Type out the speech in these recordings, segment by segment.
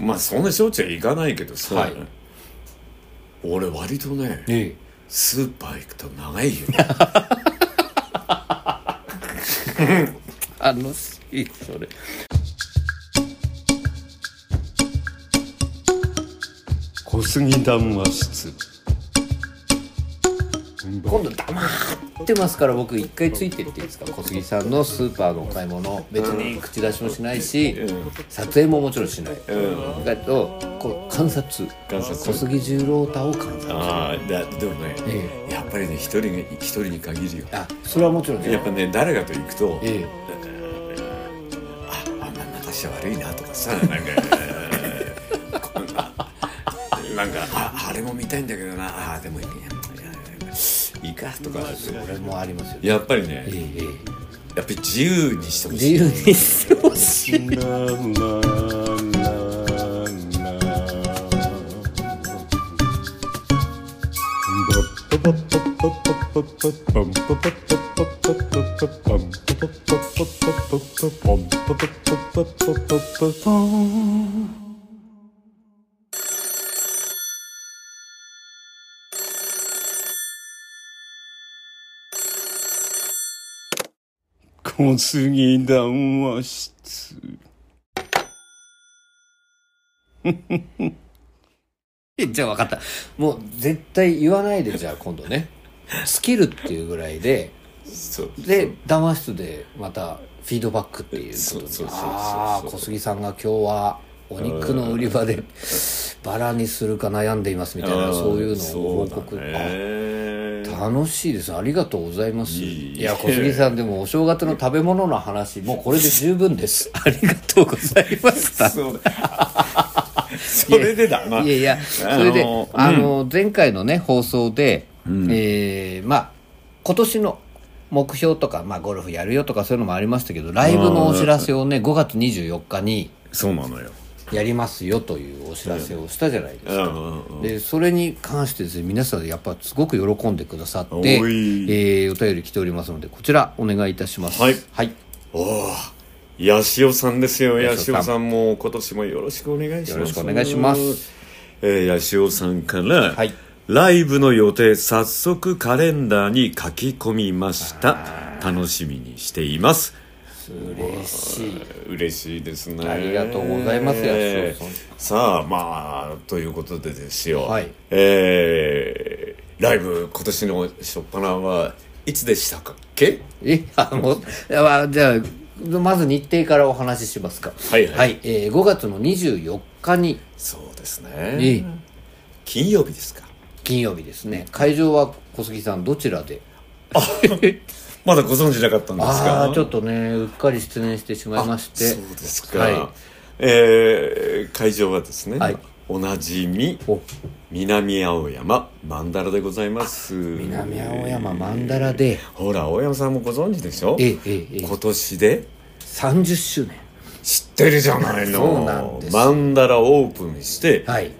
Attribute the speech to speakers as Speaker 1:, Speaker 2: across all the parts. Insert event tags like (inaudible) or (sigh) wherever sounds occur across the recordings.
Speaker 1: まあそんなしょっちゅう行かないけどさ、
Speaker 2: はい
Speaker 1: 俺割とね
Speaker 2: え
Speaker 1: スーパー行くと長いよ
Speaker 2: (laughs) え楽しいそれ
Speaker 3: 小杉談話室
Speaker 2: 今度黙ってますから僕一回ついてっていいですか小杉さんのスーパーのお買い物別に口出しもしないし、撮影ももちろんしない、だけどこう観察
Speaker 1: 観察
Speaker 2: 小杉十郎太を観察
Speaker 1: ああだでもね、
Speaker 2: え
Speaker 1: やっぱりね一人に一人に限るよ
Speaker 2: あそれはもちろんです
Speaker 1: やっぱね誰かと行くと、
Speaker 2: ええ
Speaker 1: ああんな私は悪いなとかさなんか (laughs) えーこんななんかああれも見たいんだけどなあでもいいやいやいいかとか
Speaker 2: それもありますよね
Speaker 1: やっぱりね
Speaker 2: えええ
Speaker 1: やっぱり自由にして
Speaker 2: え
Speaker 1: ほし
Speaker 2: 自
Speaker 1: い
Speaker 2: 由にしてほし
Speaker 3: (laughs)
Speaker 2: い
Speaker 3: ララララ小杉談話室
Speaker 2: え (laughs) じゃあ分かったもう絶対言わないでじゃあ今度
Speaker 1: (laughs)
Speaker 2: ね尽きるっていうぐらいで
Speaker 1: そう
Speaker 2: で談話室でまたフィードバックっていう
Speaker 1: そ
Speaker 2: こ
Speaker 1: う
Speaker 2: と
Speaker 1: そうそうそう
Speaker 2: でああ小杉さんが今日はお肉の売り場でバラにするか悩んでいますみたいなそういうのを報
Speaker 1: そう
Speaker 2: 告、
Speaker 1: だね
Speaker 2: あ楽しいですありがとうございます
Speaker 1: いい
Speaker 2: いや小杉さんでもお正月の食べ物の話もうこれで十分です
Speaker 1: (laughs)
Speaker 2: ありがとうございました
Speaker 1: そうだ (laughs) それでだない
Speaker 2: やいや、それで、あ
Speaker 1: あ
Speaker 2: の
Speaker 1: の、
Speaker 2: 前回のね、放送で、えーまあ、今年の目標とか、まあ、ゴルフやるよとかそういうのもありましたけど、ライブのお知らせをね、5月24日に
Speaker 1: そうなのよ
Speaker 2: やりますよというお知らせをしたじゃないです
Speaker 1: う
Speaker 2: か。
Speaker 1: んうんうん
Speaker 2: でそれに関してですね皆さんやっぱすごく喜んでくださってお,、え
Speaker 1: おい
Speaker 2: ーお便り来ておりますのでこちらお願いいたします
Speaker 1: はい
Speaker 2: はい、
Speaker 1: おーやしおさんですよ
Speaker 2: や
Speaker 1: や
Speaker 2: し
Speaker 1: し
Speaker 2: おさん
Speaker 1: おさんも今年もよろしくお願いします
Speaker 2: よろしくお願いします
Speaker 1: えー、やしおさんから、
Speaker 2: はい
Speaker 1: ライブの予定早速カレンダーに書き込みました楽しみにしています
Speaker 2: 嬉しい
Speaker 1: 嬉しいですね
Speaker 2: ありがとうございます
Speaker 1: えー
Speaker 2: やし
Speaker 1: さあまあということでですよ、
Speaker 2: はい
Speaker 1: えーライブ今年の初っ端はいつでしたかっけ
Speaker 2: えあのあじゃあまず日程からお話ししますか
Speaker 1: はいはい
Speaker 2: えー5月の24日に、
Speaker 1: そうです
Speaker 2: えー
Speaker 1: ね金曜日ですか
Speaker 2: 金曜日ですね会場は小杉さんどちらで
Speaker 1: まだご存知なかったんですか
Speaker 2: ああちょっとねうっかり失念してしまいまして
Speaker 1: そうですか、
Speaker 2: はい
Speaker 1: えー会場はですね、
Speaker 2: はい
Speaker 1: おなじみ
Speaker 2: お
Speaker 1: 南青山曼荼羅でございます南
Speaker 2: 南青山曼荼羅で
Speaker 1: ほら青山さんもご存知でしょ
Speaker 2: ええええええ
Speaker 1: 今年で
Speaker 2: 30周年
Speaker 1: 知ってるじゃない
Speaker 2: そうなん
Speaker 1: の
Speaker 2: です
Speaker 1: 曼荼羅オープンして
Speaker 2: はい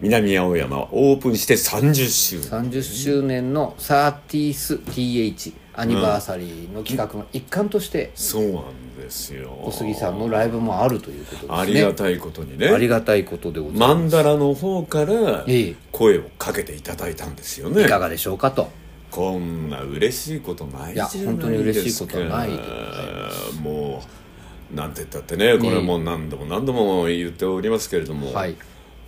Speaker 1: 南青山はオープンして30周年
Speaker 2: 30周年の 30th th アニバーサリーの企画の一環として
Speaker 1: そうなんですよ
Speaker 2: 小杉さんのライブもあるということですね
Speaker 1: ありがたいことにね
Speaker 2: ありがたいことでございます
Speaker 1: 曼荼羅の方から
Speaker 2: ええ
Speaker 1: 声をかけていただいたんですよね
Speaker 2: いかがでしょうかと
Speaker 1: こんな嬉しいことないじゃないですか
Speaker 2: いや本当に嬉しいことはないでござい
Speaker 1: もうなんて言ったってねこれはもう何度も何度も言っておりますけれども、
Speaker 2: はい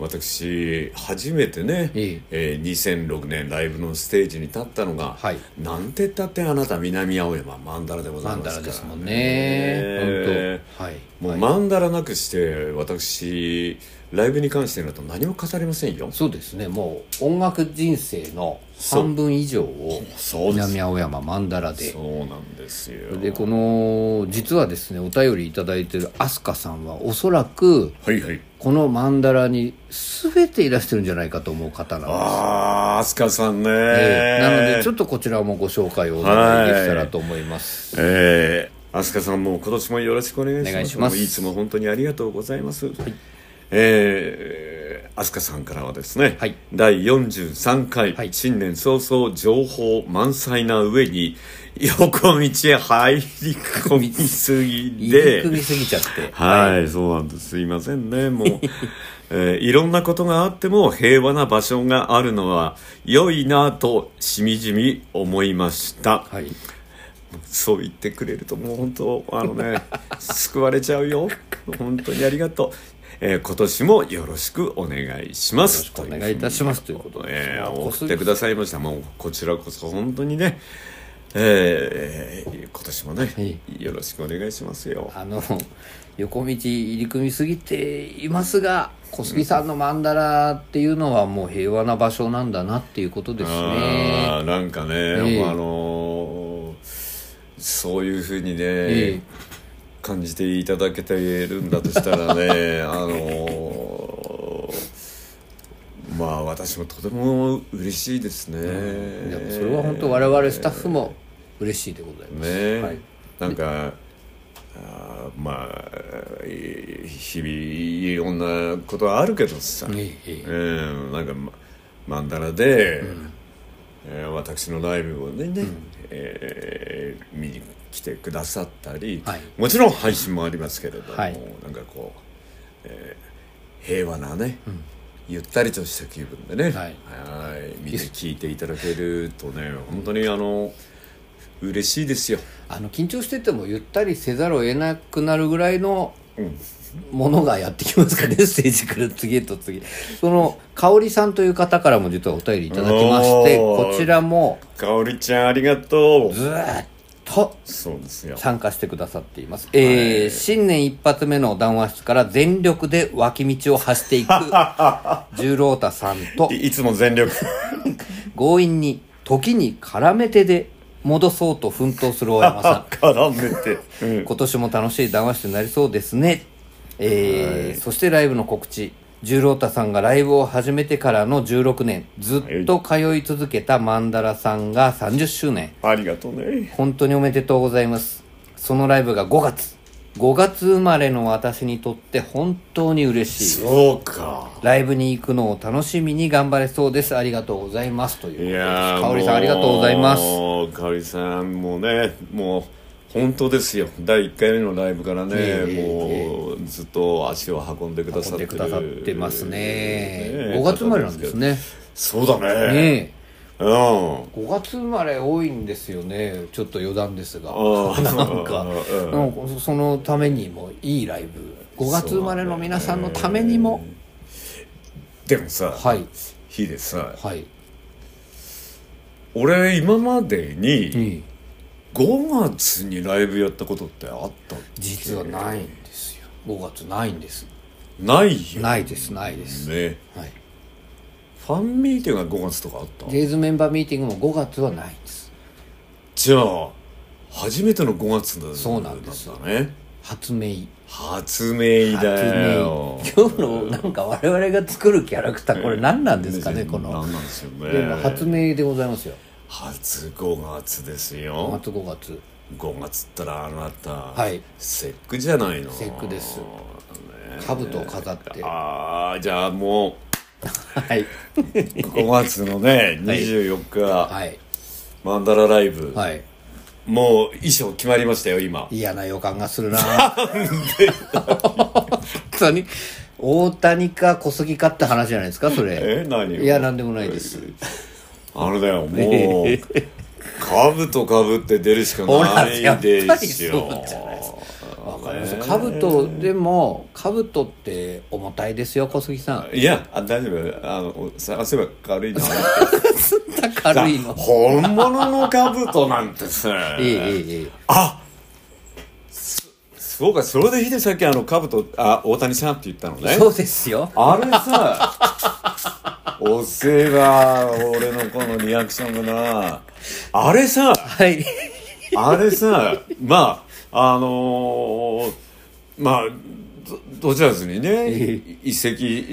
Speaker 1: 私初めてね、
Speaker 2: え
Speaker 1: えー2006年ライブのステージに立ったのが、
Speaker 2: はい
Speaker 1: なんて言ったってあなた南青山曼荼羅でござ
Speaker 2: マ
Speaker 1: い
Speaker 2: ン
Speaker 1: ま
Speaker 2: ダ
Speaker 1: す
Speaker 2: ラ
Speaker 1: から
Speaker 2: ですもんね。本当。はい。
Speaker 1: もう曼荼羅なくして私ライブに関してなと何も語りませんよ
Speaker 2: そうですね。もう音楽人生の
Speaker 1: そう
Speaker 2: 半分以上を
Speaker 1: そうです
Speaker 2: 南青山マンダラで。
Speaker 1: そうなんですよ
Speaker 2: でこの実はですねお便りいただいてるアスカさんはおそらく
Speaker 1: はいはい
Speaker 2: このマンダラに全ていらしてるんじゃないかと思う方なんです。
Speaker 1: ああ、飛鳥さんね、
Speaker 2: ええなのでちょ
Speaker 1: っ
Speaker 2: っとこちらもご紹介をお願いできたらと思います。
Speaker 1: と。ええ飛鳥さんも今年もよろしくお願いします。
Speaker 2: お願いします
Speaker 1: いつも本当にありがとうございます。ええ飛鳥さんからはですね、
Speaker 2: はい
Speaker 1: 第43回、
Speaker 2: はい
Speaker 1: 新年早々情報満載な上に横道へ入り込みすぎ
Speaker 2: 入り
Speaker 1: で
Speaker 2: 組みすぎちゃって
Speaker 1: (laughs) はい、そうなんです。すいませんね。もう、 (laughs) えーいろんなことがあっても平和な場所があるのは良いなとしみじみ思いました。
Speaker 2: はい
Speaker 1: そう言ってくれるともう本当あのね (laughs) 救われちゃうよ本当にありがとう、えー今年もよろしくお願いします
Speaker 2: よろしくお願いいたしますということで
Speaker 1: えー
Speaker 2: 小
Speaker 1: 送
Speaker 2: 杉
Speaker 1: ってくださいましたもうこちらこそ本当にねえー今年もね、
Speaker 2: い
Speaker 1: よろしくお願いしますよ
Speaker 2: あの横道入り組みすぎていますが小杉さんの曼荼羅っていうのはもう平和な場所なんだなっていうことですね
Speaker 1: あーなんかね、
Speaker 2: ええ
Speaker 1: あのーそういうふうにね、
Speaker 2: ええ
Speaker 1: 感じていただけているんだとしたらね
Speaker 2: (laughs)
Speaker 1: あのーまあ私もとても嬉しいですね、
Speaker 2: でもそれは本当我々スタッフも嬉しいでございます、
Speaker 1: ね、
Speaker 2: はい
Speaker 1: なんかあーまあい日々いろんなことはあるけどさ、
Speaker 2: ええええ
Speaker 1: うん、なんかまマンダラで、えー私のライブをね、えー見に来てくださったり、
Speaker 2: はい
Speaker 1: もちろん配信もありますけれども、
Speaker 2: はい
Speaker 1: なんかこう、えー平和なね、ゆったりとした気分でね、
Speaker 2: はい
Speaker 1: はい見て聞いていただけるとね本当にあの嬉しいですよ。
Speaker 2: あの緊張しててもゆったりせざるを得なくなるぐらいのものがやってきますかね、 (laughs) ステージから次へと次へその香織さんという方からも実はお便りいただきまして
Speaker 1: おー
Speaker 2: こちらも
Speaker 1: かおりちゃんありがとう
Speaker 2: ずーっと
Speaker 1: そうですよ
Speaker 2: 参加してくださっています、えー新年一発目の談話室から全力で脇道を走 (laughs) っていく十郎太さんと
Speaker 1: いいつも全力
Speaker 2: 強引に時に絡めてで戻そうと奮闘する大山さん
Speaker 1: 絡めて、
Speaker 2: (laughs)
Speaker 1: うん
Speaker 2: 今年も楽しい談話室になりそうですね、えーそしてライブの告知十郎太さんがライブを始めてからの16年ずっと通い続けた曼荼羅さんが30周年
Speaker 1: ありがとうね
Speaker 2: 本当におめでとうございますそのライブが5月5月生まれの私にとって本当に嬉しい
Speaker 1: そうか
Speaker 2: ライブに行くのを楽しみに頑張れそうですありがとうございますということ
Speaker 1: い
Speaker 2: です
Speaker 1: やー
Speaker 2: かおりさんありがとうございます
Speaker 1: もうかおりさんもうねもう本当ですよ第1回目のライブからね、
Speaker 2: え
Speaker 1: もうずっと足を運んでくださ
Speaker 2: 来
Speaker 1: ってて
Speaker 2: くださってますね
Speaker 1: ね
Speaker 2: 5月生まれなんですねね
Speaker 1: そうだね
Speaker 2: え
Speaker 1: うんあ
Speaker 2: 5月生まれ多いんですよねちょっと余談ですが
Speaker 1: あ
Speaker 2: なんか
Speaker 1: うん
Speaker 2: なんかそのためにもいいライブ5月生まれの皆さんのためにも、
Speaker 1: でもさ、
Speaker 2: はい
Speaker 1: ヒデさ
Speaker 2: はい、
Speaker 1: 俺今までに
Speaker 2: ええ
Speaker 1: 5月にライブやったことってあった
Speaker 2: 実はないんですよ5月ないんです
Speaker 1: ないよね
Speaker 2: ないですないです、はい、
Speaker 1: ファンミーティングが5月とかあった
Speaker 2: デイズメンバーミーティングも5月はないんです
Speaker 1: じゃあ初めての5月だ
Speaker 2: そうなんです
Speaker 1: だったね
Speaker 2: 発明
Speaker 1: 発明だよ
Speaker 2: 発 (laughs) 明今日のなんか我々が作るキャラクターこれ何なんですかねこの
Speaker 1: 何なんですよね
Speaker 2: でも初明でございますよ
Speaker 1: 初5月です
Speaker 2: 5
Speaker 1: よ
Speaker 2: 月5月
Speaker 1: 5月ったらあなた、
Speaker 2: い
Speaker 1: 節句じゃないの
Speaker 2: 節句です
Speaker 1: ね
Speaker 2: 兜を飾って
Speaker 1: ああじゃあも
Speaker 2: はい。
Speaker 1: う5月
Speaker 2: (laughs)
Speaker 1: のね24日、
Speaker 2: はい。
Speaker 1: マンダラライブ、
Speaker 2: はい。
Speaker 1: もう衣装決まりましたよ今
Speaker 2: 嫌な予感がするな本 (laughs) 当に。大谷か小杉かって話じゃないですか、それ。
Speaker 1: え何を
Speaker 2: いや、なんでもないです。
Speaker 1: あれだよ、
Speaker 2: (laughs)
Speaker 1: もう、かぶとかぶって出るしか
Speaker 2: ほら、
Speaker 1: な
Speaker 2: や
Speaker 1: い
Speaker 2: っぱり
Speaker 1: ですよ。
Speaker 2: そうじゃないですか。わかります。かぶと、でも、かぶとって重たいですよ、小杉さん。
Speaker 1: いや、あ大丈夫。あの、探せば軽いな。
Speaker 2: 軽いの。
Speaker 1: (laughs) 本物のかぶとなんてさ。
Speaker 2: いい、いい、いい。
Speaker 1: あそそうか、それでヒデさっきあの、かぶと、あ、大谷さんって言ったのね。
Speaker 2: そうですよ。
Speaker 1: あれ
Speaker 2: (laughs)
Speaker 1: さ、おせえな、俺のこのリアクションがな。あれさ、
Speaker 2: はい。
Speaker 1: あれさ、まあ、あのーまあ、どどちらずにね、移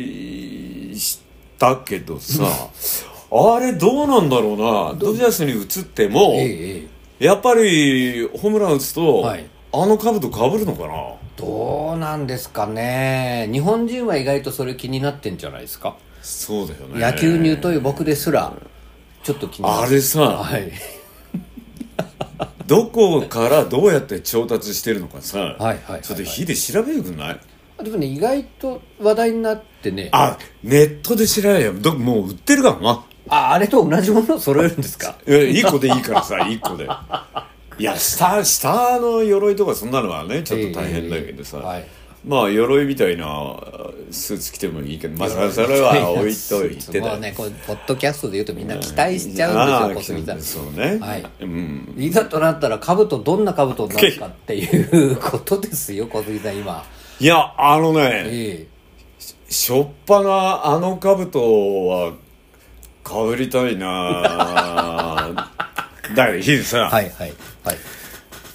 Speaker 1: 籍したけどさ、あれどうなんだろうな、ドジャースに移っても、
Speaker 2: ええ、ええ。
Speaker 1: やっぱりホームラン打つと、
Speaker 2: はい
Speaker 1: あの兜かぶるのかな
Speaker 2: どうなんですかね日本人は意外とそれ気になってんじゃないですか、
Speaker 1: そうだよね
Speaker 2: 野球に疎い僕ですらちょっと気にな
Speaker 1: あ
Speaker 2: る
Speaker 1: れさ
Speaker 2: はい
Speaker 1: どこからどうやって調達してるのかさ
Speaker 2: はいはい
Speaker 1: それで火で調べてくんない
Speaker 2: でもね意外と話題になってね
Speaker 1: あネットで調べればどもう売ってるからな
Speaker 2: ああれと同じものを揃えるんですか
Speaker 1: 1個でいいからさ1 (laughs) 個でいや下下の鎧とかそんなのはねちょっと大変だけどさ、
Speaker 2: ええええはい
Speaker 1: まあ鎧みたいなスーツ着てもいいけどまあそれそれは置いと
Speaker 2: (laughs)
Speaker 1: いて
Speaker 2: もう
Speaker 1: だ
Speaker 2: ねこうポッドキャストで言うとみんな期待しちゃうんですよ
Speaker 1: あ
Speaker 2: 小
Speaker 1: あ
Speaker 2: 杉さん
Speaker 1: そうね、
Speaker 2: はい
Speaker 1: うん
Speaker 2: いざとなったら兜どんな兜になるかっていうことですよ (laughs) 小杉さん今
Speaker 1: いやあのね
Speaker 2: え
Speaker 1: しょっぱなあの兜はかぶりたいな (laughs) だよヒデさ、
Speaker 2: えはいはいはい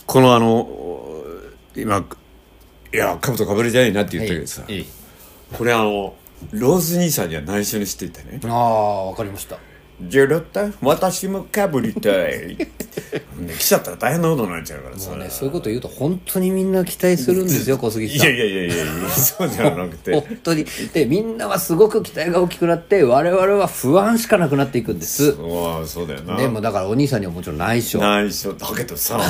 Speaker 1: このあの今いや兜かぶりたいなって言ったけどさ、
Speaker 2: ええ
Speaker 1: これあのローズ兄さんには内緒にしていてね
Speaker 2: ああわかりました
Speaker 1: 「ジェロタ私もかぶりたい」 (laughs) ね来ちゃったら大変なことになっちゃうからさ、
Speaker 2: もうねそういうこと言うと本当にみんな期待するんですよ小杉
Speaker 1: い
Speaker 2: さ
Speaker 1: や
Speaker 2: ん
Speaker 1: いやいやいやいやそうじゃなく
Speaker 2: (laughs)
Speaker 1: て
Speaker 2: 本当にでみんなはすごく期待が大きくなって我々は不安しかなくなっていくんです
Speaker 1: うわそうだよな、
Speaker 2: でもだからお兄さんにはもちろん内緒
Speaker 1: 内緒だけど
Speaker 2: (laughs)
Speaker 1: さ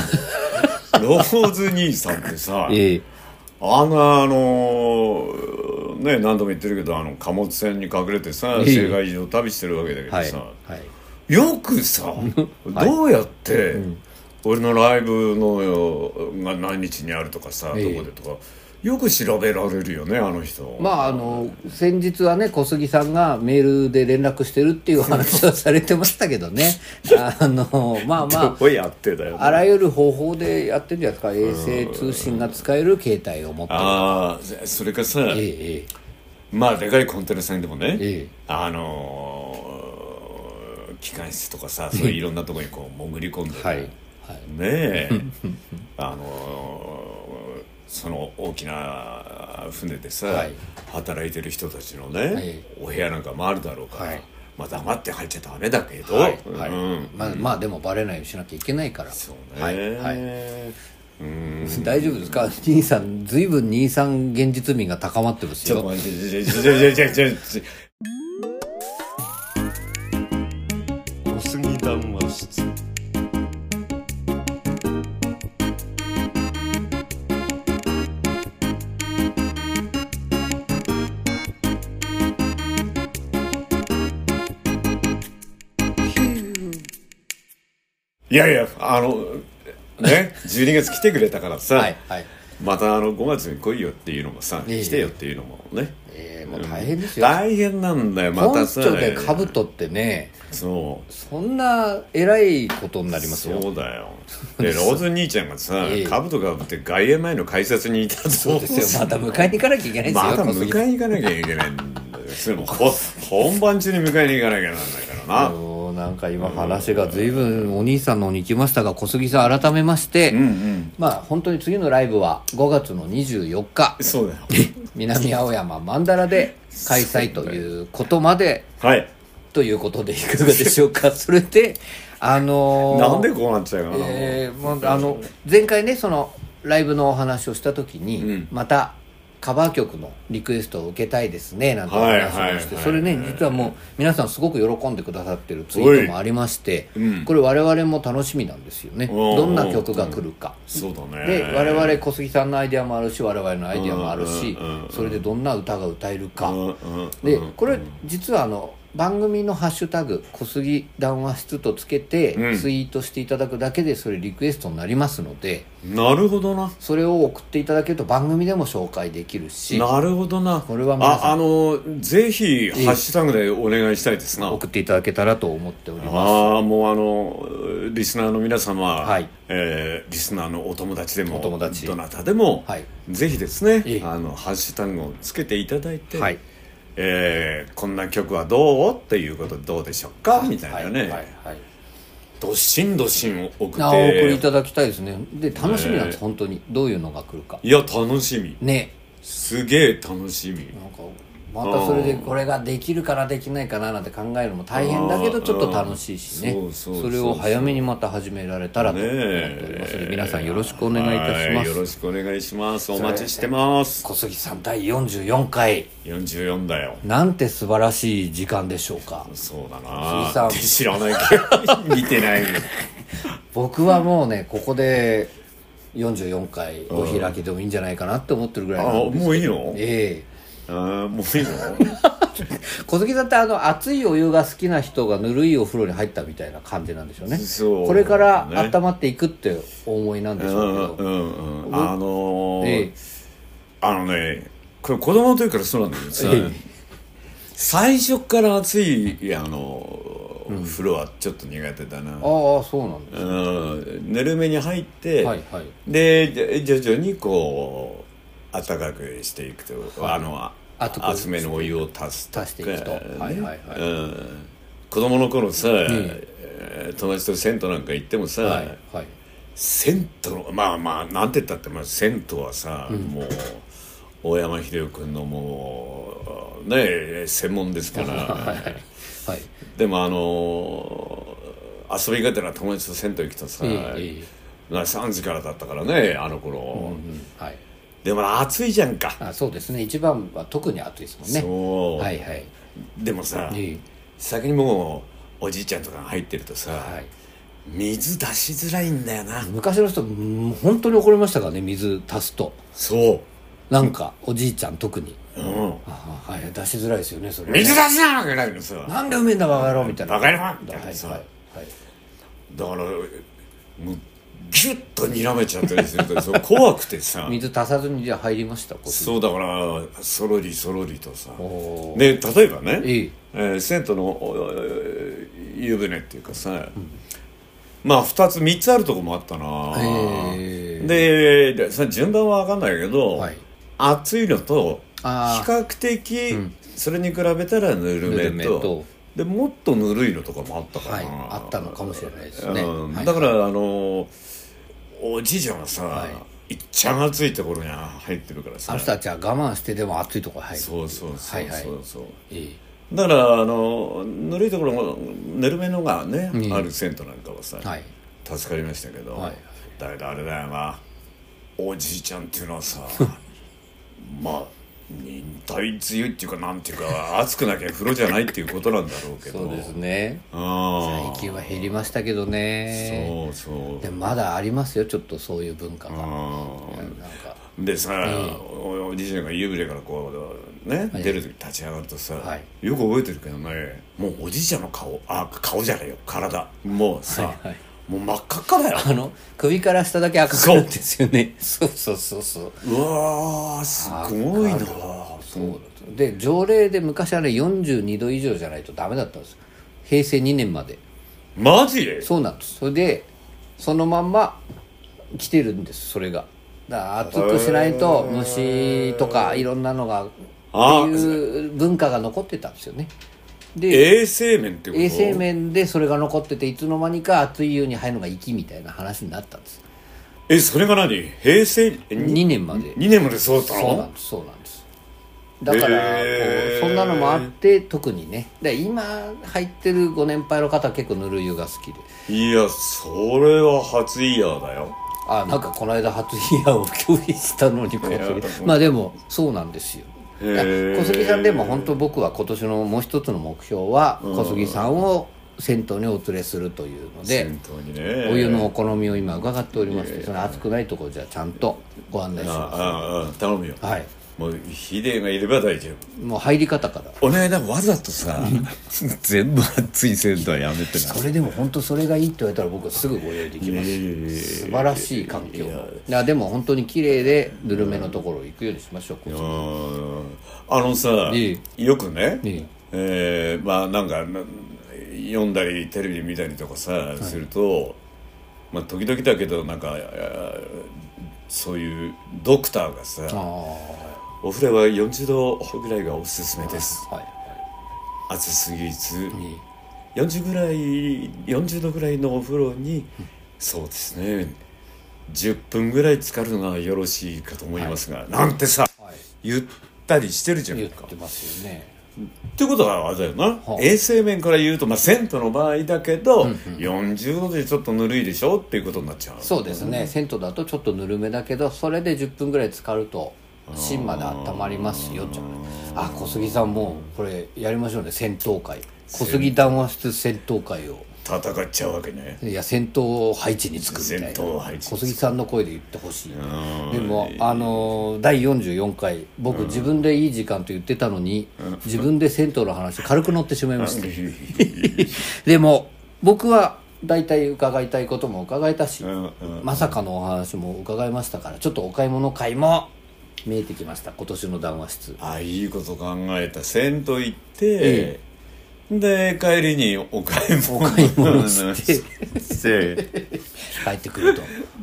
Speaker 1: ローズ兄さんってさ
Speaker 2: ええ
Speaker 1: あのあのね何度も言ってるけどあの貨物船に隠れてさ
Speaker 2: ええ
Speaker 1: 世界中を旅してるわけだけどさ、
Speaker 2: はいはい
Speaker 1: よくさ、どうやって、俺のライブのよが何日にあるとかさ、
Speaker 2: ええ
Speaker 1: どこでとかよく調べられるよねあの人
Speaker 2: まああの先日はね小杉さんがメールで連絡してるっていうお話はされてましたけど
Speaker 1: (laughs)
Speaker 2: ねあのまあ
Speaker 1: ど
Speaker 2: ま
Speaker 1: こやってだよ、
Speaker 2: ああらゆる方法でやってるじゃないですか衛星通信が使える携帯を持ってる
Speaker 1: ああそれかさ、
Speaker 2: ええ
Speaker 1: まあでかいコンテナ船でもね、
Speaker 2: ええ
Speaker 1: あのー機関室とかさそういういろんなとこにこう潜り込んで、
Speaker 2: はいはい
Speaker 1: ね
Speaker 2: (laughs)
Speaker 1: えあのーその大きな船でさ、
Speaker 2: はい
Speaker 1: 働いてる人たちのね、
Speaker 2: はい
Speaker 1: お部屋なんかもあるだろうから、
Speaker 2: はい
Speaker 1: まあ黙って入っちゃダメだけど、
Speaker 2: はい、はい
Speaker 1: うん、
Speaker 2: まあまあでもバレないようにしなきゃいけないから
Speaker 1: そうね、
Speaker 2: はいはい
Speaker 1: うん
Speaker 2: 大丈夫ですか兄さんずいぶん兄さん現実味が高まってます
Speaker 1: ちょっと
Speaker 2: よ
Speaker 1: 待ってちょちょちょちょちょちょ
Speaker 3: 小杉談話室
Speaker 1: いやいやあのね12月来てくれたからさ、
Speaker 2: はいはい
Speaker 1: またあの5月に来いよっていうのもさ、
Speaker 2: ええ
Speaker 1: 来てよっていうのもね
Speaker 2: ええもう大変ですよ
Speaker 1: 大変なんだよまた
Speaker 2: 本
Speaker 1: さ
Speaker 2: 庁で兜ってね
Speaker 1: そう
Speaker 2: そんな偉いことになりますよ
Speaker 1: そうだよでローズ兄ちゃんがさ
Speaker 2: ええ
Speaker 1: 兜かぶって外苑前の改札にいたそう
Speaker 2: ですよ (laughs) また迎えに行かなきゃいけないんですよ、
Speaker 1: まだ
Speaker 2: 小杉
Speaker 1: 迎えに行かなきゃいけない
Speaker 2: (laughs)
Speaker 1: んだよそれもほ本番中に迎えに行かなきゃなんないからな
Speaker 2: おーなんか今話が随分お兄さんの方に行きましたが小杉さん改めまして、まあ本当に次のライブは5月の24日
Speaker 1: そうだよ
Speaker 2: 南青山曼荼羅で開催ということまで
Speaker 1: はい
Speaker 2: ということでいかがでしょうかそれであのー
Speaker 1: なんでこうなっちゃうかな、
Speaker 2: えーまあ、あの前回ねそのライブのお話をした時に、
Speaker 1: うん
Speaker 2: またカバー曲のリクエストを受けたいですねなんてお
Speaker 1: はい
Speaker 2: 話をして、
Speaker 1: はい
Speaker 2: それね実はもう皆さんすごく喜んでくださってるツイートもありまして、
Speaker 1: うん
Speaker 2: これ我々も楽しみなんですよね
Speaker 1: おー
Speaker 2: どんな曲が来るか。
Speaker 1: そうだね
Speaker 2: で我々小杉さんのアイデアもあるし我々のアイデアもあるし、
Speaker 1: うんうんうん
Speaker 2: それでどんな歌が歌えるか、
Speaker 1: うんうん
Speaker 2: で
Speaker 1: うん
Speaker 2: これ実はあの番組の「ハッシュタグ小杉談話室」とつけ
Speaker 1: う
Speaker 2: て
Speaker 1: ん
Speaker 2: ツイートしていただくだけでそれリクエストになりますので
Speaker 1: なるほどな
Speaker 2: それを送っていただけると番組でも紹介できるし
Speaker 1: なるほどな
Speaker 2: これは皆さん
Speaker 1: ああのぜひハッシュタグでお願いしたいですな
Speaker 2: 送っていただけたらと思っております
Speaker 1: ああもうあのリスナーの皆様、
Speaker 2: はい
Speaker 1: えーリスナーのお友達でも
Speaker 2: お友達
Speaker 1: どなたでも、
Speaker 2: はい
Speaker 1: ぜひですね
Speaker 2: ええ
Speaker 1: あのハッシュタグをつけていただいて、
Speaker 2: はい
Speaker 1: えーこんな曲はどうっていうことどうでしょうかみたいなね、
Speaker 2: はいはいはい
Speaker 1: どしんどしんを送って
Speaker 2: あお送りいただきたいですねで楽しみなんです、
Speaker 1: えー
Speaker 2: 本当にどういうのが来るか
Speaker 1: いや楽しみ
Speaker 2: ね
Speaker 1: すげえ楽しみ
Speaker 2: なんかまたそれでこれができるからできないかななんて考えるのも大変だけどちょっと楽しいしね
Speaker 1: うんそうそうそう
Speaker 2: それを早めにまた始められたらと思っておりますので皆さんよろしくお願いいたしま
Speaker 1: はよろ
Speaker 2: す
Speaker 1: しくお願いしますお待ちしてます
Speaker 2: 小杉さん第44回
Speaker 1: 44だよ
Speaker 2: なんて素晴らしい時間でしょうか
Speaker 1: そうだな
Speaker 2: さん
Speaker 1: って知らないけど (laughs) 見てない
Speaker 2: 僕はもうねここで44回お開きでもいいんじゃないかなって思ってるぐら
Speaker 1: あ
Speaker 2: いなんです
Speaker 1: もういいの
Speaker 2: ええ
Speaker 1: あーも
Speaker 2: (laughs)
Speaker 1: ういいの
Speaker 2: 小杉さんってあの熱いお湯が好きな人がぬるいお風呂に入ったみたいな感じなんでしょうね
Speaker 1: そう
Speaker 2: これから
Speaker 1: ね
Speaker 2: 温まっていくってお思いなんでし
Speaker 1: う
Speaker 2: ょ
Speaker 1: ん
Speaker 2: うけ
Speaker 1: う
Speaker 2: ど、
Speaker 1: んうんあのー
Speaker 2: ええ
Speaker 1: あのねこれ子供の時からそうなんだけどさ、最初から暑いあの、風呂はちょっと苦手だな
Speaker 2: ああそうなんだ、
Speaker 1: うんぬるめに入って、
Speaker 2: はいはい
Speaker 1: でじゃ徐々にこう暖かくしていくと、あのあ
Speaker 2: あとこう
Speaker 1: 熱めのお湯を足すとか
Speaker 2: 足していくとはいはいはい
Speaker 1: うん、子供の頃さ、えー友達と銭湯なんか行ってもさ、
Speaker 2: はいはい
Speaker 1: 銭湯のまあまあなんて言ったって、まあ、銭湯はさ、もう大山秀夫君のもうね専門です
Speaker 2: (laughs)
Speaker 1: から、
Speaker 2: はい
Speaker 1: でもあのー遊びがてら友達と銭湯行くとさ、
Speaker 2: えええ
Speaker 1: まあ3時からだったからねあの頃、
Speaker 2: うんはい
Speaker 1: でも暑いじゃんか、
Speaker 2: あそうですね一番は特に暑いですもんね
Speaker 1: そう、
Speaker 2: はいはい
Speaker 1: でもさ、
Speaker 2: え
Speaker 1: 先にもうおじいちゃんとかが入ってるとさ、
Speaker 2: えはい
Speaker 1: 水出しづらいんだよな、
Speaker 2: 昔の人うん本当に怒りましたからね水足すと
Speaker 1: そ
Speaker 2: なんかおじいちゃん特に
Speaker 1: う、うん、
Speaker 2: ああはい出しづらいですよねそれね
Speaker 1: 水出しなきゃいけないのさ
Speaker 2: なんでうめえんだバカ野郎みたいな
Speaker 1: バカ野郎みたい
Speaker 2: は
Speaker 1: ないさ
Speaker 2: はいはい
Speaker 1: だからもうギュッと睨めちゃったりすると
Speaker 2: (laughs)
Speaker 1: そう怖くてさ
Speaker 2: 水足さずにじゃあ入りましたこっち
Speaker 1: そうだからそろりそろりとさ
Speaker 2: おー
Speaker 1: で例えばね、
Speaker 2: ええ
Speaker 1: えー銭湯のおえー湯船っていうかさ、まあ2つ3つあるとこもあったな、
Speaker 2: ええ
Speaker 1: ででさ順番は分かんないけど、
Speaker 2: はい
Speaker 1: 暑いのと比
Speaker 2: あー
Speaker 1: 較的、それに比べたらぬるめと
Speaker 2: ぬるめと
Speaker 1: でもっとぬるいのとかもあったから
Speaker 2: はい
Speaker 1: な、
Speaker 2: あったのかもしれないですね
Speaker 1: うん
Speaker 2: はい
Speaker 1: だからあのおじいちゃんはさ、
Speaker 2: はい
Speaker 1: い、っちゃん暑いところに入ってるからさ
Speaker 2: あの人たちは我慢してでも暑いところ入る
Speaker 1: そうそうそう
Speaker 2: はいはい
Speaker 1: そうそう、
Speaker 2: え
Speaker 1: だからあのぬるいところもぬるめのがね、
Speaker 2: ん
Speaker 1: ある銭湯なんかはさ、
Speaker 2: えはい
Speaker 1: 助かりましたけど、
Speaker 2: はい
Speaker 1: だけどあれだよなおじいちゃんっていうのはさ
Speaker 2: (laughs)
Speaker 1: まあ忍耐強いっていうかなんていうか熱くなきゃ風呂じゃないっていうことなんだろうけど
Speaker 2: そうですね
Speaker 1: あ
Speaker 2: 最近は減りましたけど
Speaker 1: あ
Speaker 2: ね
Speaker 1: そうそう
Speaker 2: でもまだありますよちょっとそういう文化がなん
Speaker 1: あ
Speaker 2: か
Speaker 1: あでさ、おおじいちゃんが湯船からこうね、
Speaker 2: はい
Speaker 1: 出る時立ち上がるとさ、
Speaker 2: はい
Speaker 1: よく覚えてるけどねもうおじいちゃんの顔あ顔じゃないよ体もうさ、
Speaker 2: はいはい
Speaker 1: もう真っ赤っか
Speaker 2: (laughs)
Speaker 1: だよ
Speaker 2: あの首から下だけ赤くなるんですよねそうそうそうそう
Speaker 1: うわーすごいな
Speaker 2: そうで条例で昔はね42度以上じゃないとダメだったんです平成2年まで
Speaker 1: マジで
Speaker 2: そうなんですそれでそのまんま来てるんですそれがだから暑くしないと虫とかいろんなのが
Speaker 1: あ
Speaker 2: っていう文化が残ってたんですよねで
Speaker 1: 衛生面ってこと
Speaker 2: 衛生面でそれが残ってていつの間にか暑い湯に入るのが粋みたいな話になったんです
Speaker 1: えそれが何平成2
Speaker 2: 2年まで
Speaker 1: 年までそうだった
Speaker 2: そうなん
Speaker 1: の
Speaker 2: ですそうなんですだから、
Speaker 1: へー
Speaker 2: こうそんなのもあって特にねで今入ってるご年配の方は結構ぬるい湯が好きで
Speaker 1: いやそれは初イヤーだよ
Speaker 2: あなんかこの間初ヒアを拒否したのにこ
Speaker 1: いや
Speaker 2: うまあでもそうなんですよ
Speaker 1: へー
Speaker 2: 小杉さんでも本当僕は今年のもう一つの目標は小杉さんを銭湯にお連れするというので、
Speaker 1: 本当にね
Speaker 2: お湯のお好みを今伺っておりまして、その熱くないところじゃちゃんとご案内
Speaker 1: あ
Speaker 2: しま
Speaker 1: ああ頼むよ
Speaker 2: すはい
Speaker 1: もうヒデがいれば大丈夫
Speaker 2: もう入り方から
Speaker 1: お願いだわざと (laughs) さ全部熱い銭湯はやめてな
Speaker 2: それでも本当それがいいって言われたら僕はすぐご用意できます素晴らしい環境いやでも本当に綺麗でぬるめのところ行くようにしましょうこっちも
Speaker 1: うんあのさ
Speaker 2: え
Speaker 1: よくね
Speaker 2: ええ
Speaker 1: えーまあなんかな読んだりテレビ見たりとかさするとまあ時々だけどなんかあーそういうドクターが
Speaker 2: あ
Speaker 1: さ
Speaker 2: あ
Speaker 1: 「お風呂は40度ぐらいがおすすめです
Speaker 2: はい
Speaker 1: 暑すぎず
Speaker 2: いい
Speaker 1: 40ぐらい40度ぐらいのお風呂にそうですね10分ぐらい浸かるのがよろしいかと思いますが」なんてさ
Speaker 2: はい
Speaker 1: 言っったりしてるじゃん
Speaker 2: 言っ
Speaker 1: か。
Speaker 2: てますよね
Speaker 1: っていうことはあれだよな、
Speaker 2: はあ
Speaker 1: 衛生面から言うと、まあ、銭湯の場合だけど、40度でちょっとぬるいでしょっていうことになっちゃう
Speaker 2: そうですね、銭湯だとちょっとぬるめだけどそれで10分ぐらい浸かると芯まで温まりますよってあ小杉さんもうこれやりましょうね戦闘会小杉談話室戦闘会を
Speaker 1: 戦っちゃうわけね
Speaker 2: いや戦闘配置につくみたいな
Speaker 1: 戦闘配置
Speaker 2: 小杉さんの声で言ってほしい
Speaker 1: ん
Speaker 2: でもあのー第44回僕自分でいい時間と言ってたのに自分で銭湯の話軽く乗ってしまいましたでも僕は大体伺いたいことも伺えたし
Speaker 1: うんうん
Speaker 2: まさかのお話も伺いましたからちょっとお買い物会も見えてきました今年の談話室
Speaker 1: (laughs) あいいこと考えた銭湯行って、で帰りにお買い物
Speaker 2: お買い物して
Speaker 1: (laughs) して
Speaker 2: 帰ってく
Speaker 1: (laughs)
Speaker 2: ると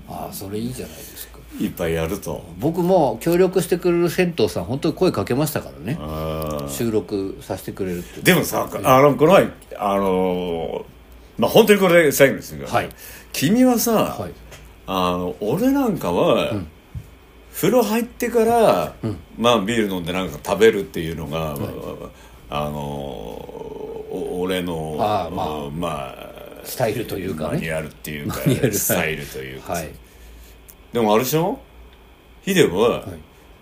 Speaker 2: ああそれいいじゃないですか
Speaker 1: いっぱいやると
Speaker 2: 僕も協力してくれる銭湯さん本当に声かけましたからね
Speaker 1: あ
Speaker 2: 収録させてくれるって
Speaker 1: でもさあのこの前あのまあ本当にこれ最後にするから、
Speaker 2: はい
Speaker 1: 君はさ、
Speaker 2: はい
Speaker 1: あの俺なんかは、風呂入ってから、まあビール飲んでなんか食べるっていうのが、あのお俺の
Speaker 2: ああまあ
Speaker 1: まあ
Speaker 2: スタイルというかね
Speaker 1: マニュアルっていうか
Speaker 2: (laughs) マニュアル
Speaker 1: スタイルというか、
Speaker 2: はい
Speaker 1: でもあれでしょヒデは、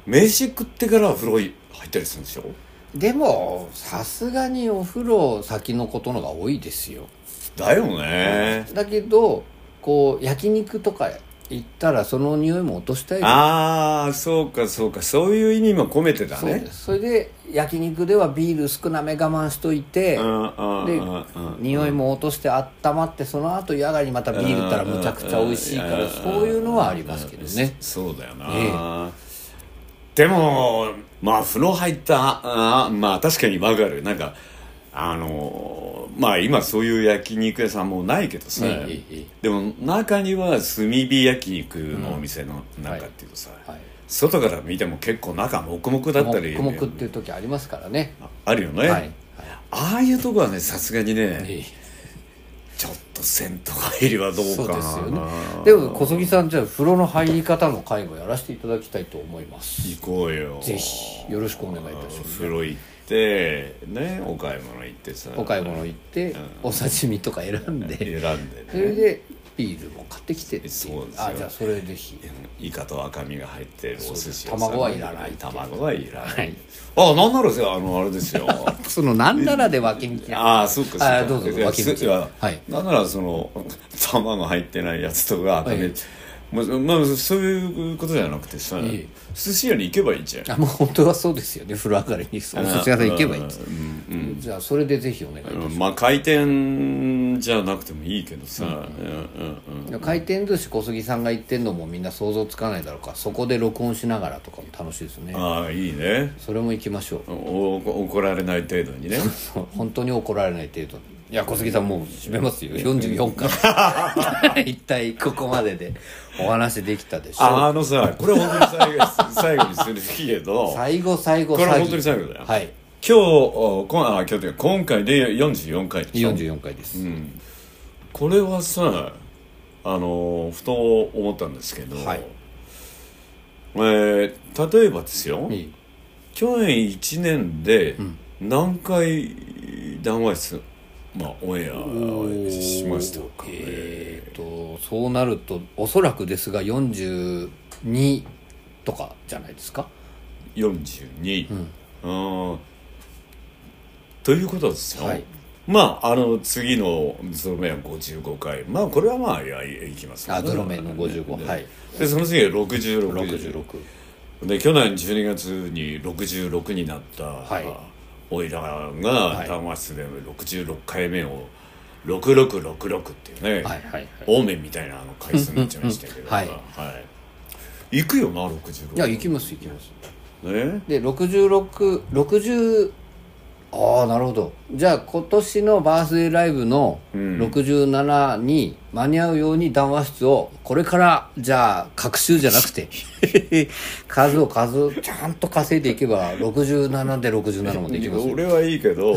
Speaker 1: 飯食ってから風呂入ったりするんでしょ
Speaker 2: でもさすがにお風呂先のことのが多いですよ
Speaker 1: だよね、
Speaker 2: だけどこう焼肉とか行ったらその匂いも落としたいです
Speaker 1: ああそうかそうかそういう意味も込めてだ
Speaker 2: そう
Speaker 1: ね
Speaker 2: ですそれで焼肉ではビール少なめ我慢しといて、
Speaker 1: うんうん
Speaker 2: で
Speaker 1: うんうん
Speaker 2: 匂いも落として温まってその後野外にまたビールったらむちゃくちゃ美味しい
Speaker 1: う
Speaker 2: か
Speaker 1: んう
Speaker 2: ら
Speaker 1: ん
Speaker 2: そういうのはありますけどね
Speaker 1: そうだよな、でもまあ風呂入ったあまあ確かにわかるなんかあのーまあ今そういう焼肉屋さんもうないけどさ、
Speaker 2: ええええ
Speaker 1: でも中には炭火焼肉のお店の中っていうとさ、
Speaker 2: はい
Speaker 1: 外から見ても結構中黙々だったり
Speaker 2: 黙々っていう時ありますからね
Speaker 1: あるよね、
Speaker 2: はい
Speaker 1: ああいうとこはねさすがにね、
Speaker 2: え
Speaker 1: ちょっと銭湯入りはど
Speaker 2: え
Speaker 1: う
Speaker 2: そう
Speaker 1: か
Speaker 2: で
Speaker 1: な
Speaker 2: すよねでも小杉さんじゃあ風呂の入り方の介護やらせていただきたいと思います
Speaker 1: 行こうよ
Speaker 2: ぜひよろしくお願いいたします
Speaker 1: 風呂行ってねお買い物行ってさ
Speaker 2: お買い物行ってお刺身とか選んで
Speaker 1: 選ん
Speaker 2: そ
Speaker 1: で
Speaker 2: れ
Speaker 1: ね
Speaker 2: でビールも買ってきてってい
Speaker 1: そうですよ
Speaker 2: あじゃあそれぜひ
Speaker 1: イカと赤身が入ってるお寿司屋さん
Speaker 2: 卵はいらない
Speaker 1: 卵はいらない、
Speaker 2: はい
Speaker 1: あなんならさあのあれです
Speaker 2: (laughs)
Speaker 1: よ
Speaker 2: そのなんならで分け道な
Speaker 1: ああそうかそうか
Speaker 2: あどうぞ
Speaker 1: いや
Speaker 2: 脇道
Speaker 1: すいや
Speaker 2: はい
Speaker 1: なんならその卵入ってないやつとか赤身、
Speaker 2: はい
Speaker 1: まあまあ、そういうことじゃなくてさ、
Speaker 2: ええ
Speaker 1: 寿司屋に行けばいいじゃん
Speaker 2: あもう本当はそうですよね風呂上がりにそうそちらさん行けばいいですじゃあそれでぜひお願い、
Speaker 1: うんまあ回転じゃなくてもいいけどさ、うんうんうん
Speaker 2: 回転寿司小杉さんが言ってんのもみんな想像つかないだろうからそこで録音しながらとかも楽しいですね
Speaker 1: ああいいね
Speaker 2: それも行きましょう (laughs)
Speaker 1: おお怒られない程度にね
Speaker 2: そう本当に怒られない程度にいや小杉さんもう閉めますよ44回 (laughs) 一体ここまででお話できたでしょう
Speaker 1: ああのさこれ本当に最後最後にするけど今
Speaker 2: 最後最後
Speaker 1: これ
Speaker 2: 詐欺
Speaker 1: 本当に最後だよ
Speaker 2: はい
Speaker 1: 日おこんあ今日というか今回で44回でしょ
Speaker 2: 44回です、
Speaker 1: これはさあのふと思ったんですけど、
Speaker 2: はい
Speaker 1: えー例えばですよ
Speaker 2: いい
Speaker 1: 去年1年で何回談話室、まあ、オンエアしましたかね、
Speaker 2: えー、とそうなるとおそらくですが42とかじゃないですか
Speaker 1: 42、うん、ということですよ、
Speaker 2: はい
Speaker 1: まああの次のゾロ目は55回まあこれはまあいやいいきます
Speaker 2: あゾロ目の55
Speaker 1: で
Speaker 2: はい
Speaker 1: でその次は66
Speaker 2: 66
Speaker 1: で去年12月に66になった、
Speaker 2: い
Speaker 1: おいら
Speaker 2: は
Speaker 1: が
Speaker 2: い
Speaker 1: 談話室で66回目を6666っていうね、
Speaker 2: はいはいはい
Speaker 1: オーメンみたいなあの回数になっちゃいましたけど、
Speaker 2: はい
Speaker 1: はい行くよな66
Speaker 2: いや行きます行きます
Speaker 1: ね
Speaker 2: で6660ああなるほどじゃあ今年のバースデーライブの67に間に合うように談話室をこれからじゃあ隔週じゃなく
Speaker 1: (laughs)
Speaker 2: て数を数をちゃんと稼いでいけば67で67までいきますよ
Speaker 1: 俺はいいけ
Speaker 2: (laughs)
Speaker 1: ど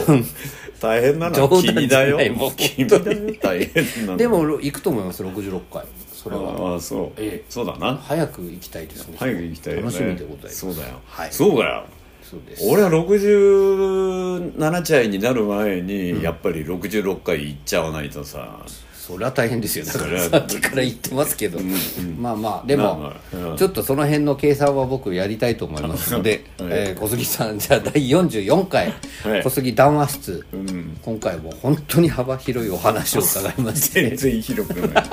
Speaker 1: 大変なのは
Speaker 2: 冗談
Speaker 1: 君だよ
Speaker 2: じゃないもう
Speaker 1: 君だよ大変なの
Speaker 2: でも行くと思います66回それは
Speaker 1: ああそう、
Speaker 2: ええ
Speaker 1: そうだな
Speaker 2: 早く行きたいですね
Speaker 1: 早く行きたいよね
Speaker 2: 楽しみでございます
Speaker 1: そうだよ、
Speaker 2: はい
Speaker 1: そうだよ
Speaker 2: そうです
Speaker 1: 俺は67歳になる前にやっぱり66回行っちゃわないとさ、
Speaker 2: それは大変ですよだから
Speaker 1: そ
Speaker 2: (laughs) さ
Speaker 1: れは
Speaker 2: っきから言ってますけど、まあまあでも、
Speaker 1: まあまあうん
Speaker 2: ちょっとその辺の計算は僕やりたいと思いますので、
Speaker 1: (laughs) はい
Speaker 2: えー小杉さんじゃあ第44回、
Speaker 1: はい
Speaker 2: 小杉談話室、
Speaker 1: ん
Speaker 2: 今回も本当に幅広いお話を伺い
Speaker 1: (laughs)
Speaker 2: まして
Speaker 1: 全然広く
Speaker 2: (laughs)
Speaker 1: ない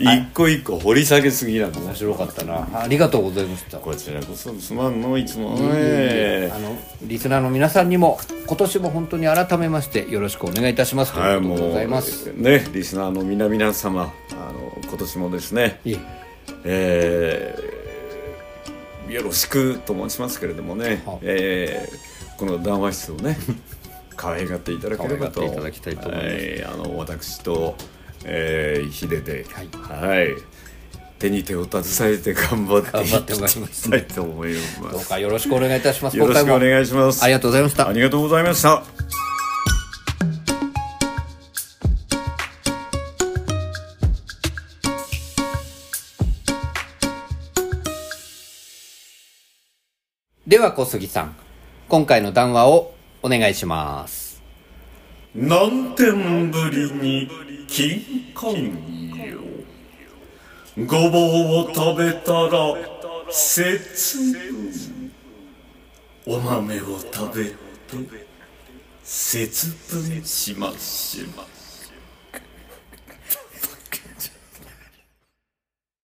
Speaker 1: 一個一個掘り下げすぎなんだ
Speaker 2: 面白かったなありがとうございました
Speaker 1: こちらこそすまんのいつも
Speaker 2: あ
Speaker 1: ね
Speaker 2: のリスナーの皆さんにも今年も本当に改めましてよろしくお願いいたしますと
Speaker 1: はいいう
Speaker 2: こ
Speaker 1: も
Speaker 2: とでございます、
Speaker 1: うねリスナーの皆々様あの今年もですね
Speaker 2: いえ
Speaker 1: えーよろしくと申しますけれどもね
Speaker 2: はい、
Speaker 1: えーこの談話室を
Speaker 2: (laughs)
Speaker 1: ね可愛がっていただければと
Speaker 2: 可愛がっていただきたいと思います
Speaker 1: はいあの私と、えーヒデで、
Speaker 2: はい
Speaker 1: はい手に手を携えて頑張って
Speaker 2: 頑
Speaker 1: い
Speaker 2: 張ってまい
Speaker 1: (laughs)
Speaker 2: ります
Speaker 1: きたいと思いま
Speaker 2: どう
Speaker 1: す。
Speaker 2: かよろしくお願いいたします
Speaker 1: よろしくお
Speaker 2: 今回も
Speaker 1: 願いします。
Speaker 2: ありがとうございました
Speaker 1: ありがとうございました。
Speaker 2: では小杉さん今回の談話をお願いします
Speaker 1: 何天ぶりに金婚よごぼうを食べたら節分お豆を食べて節分しましまし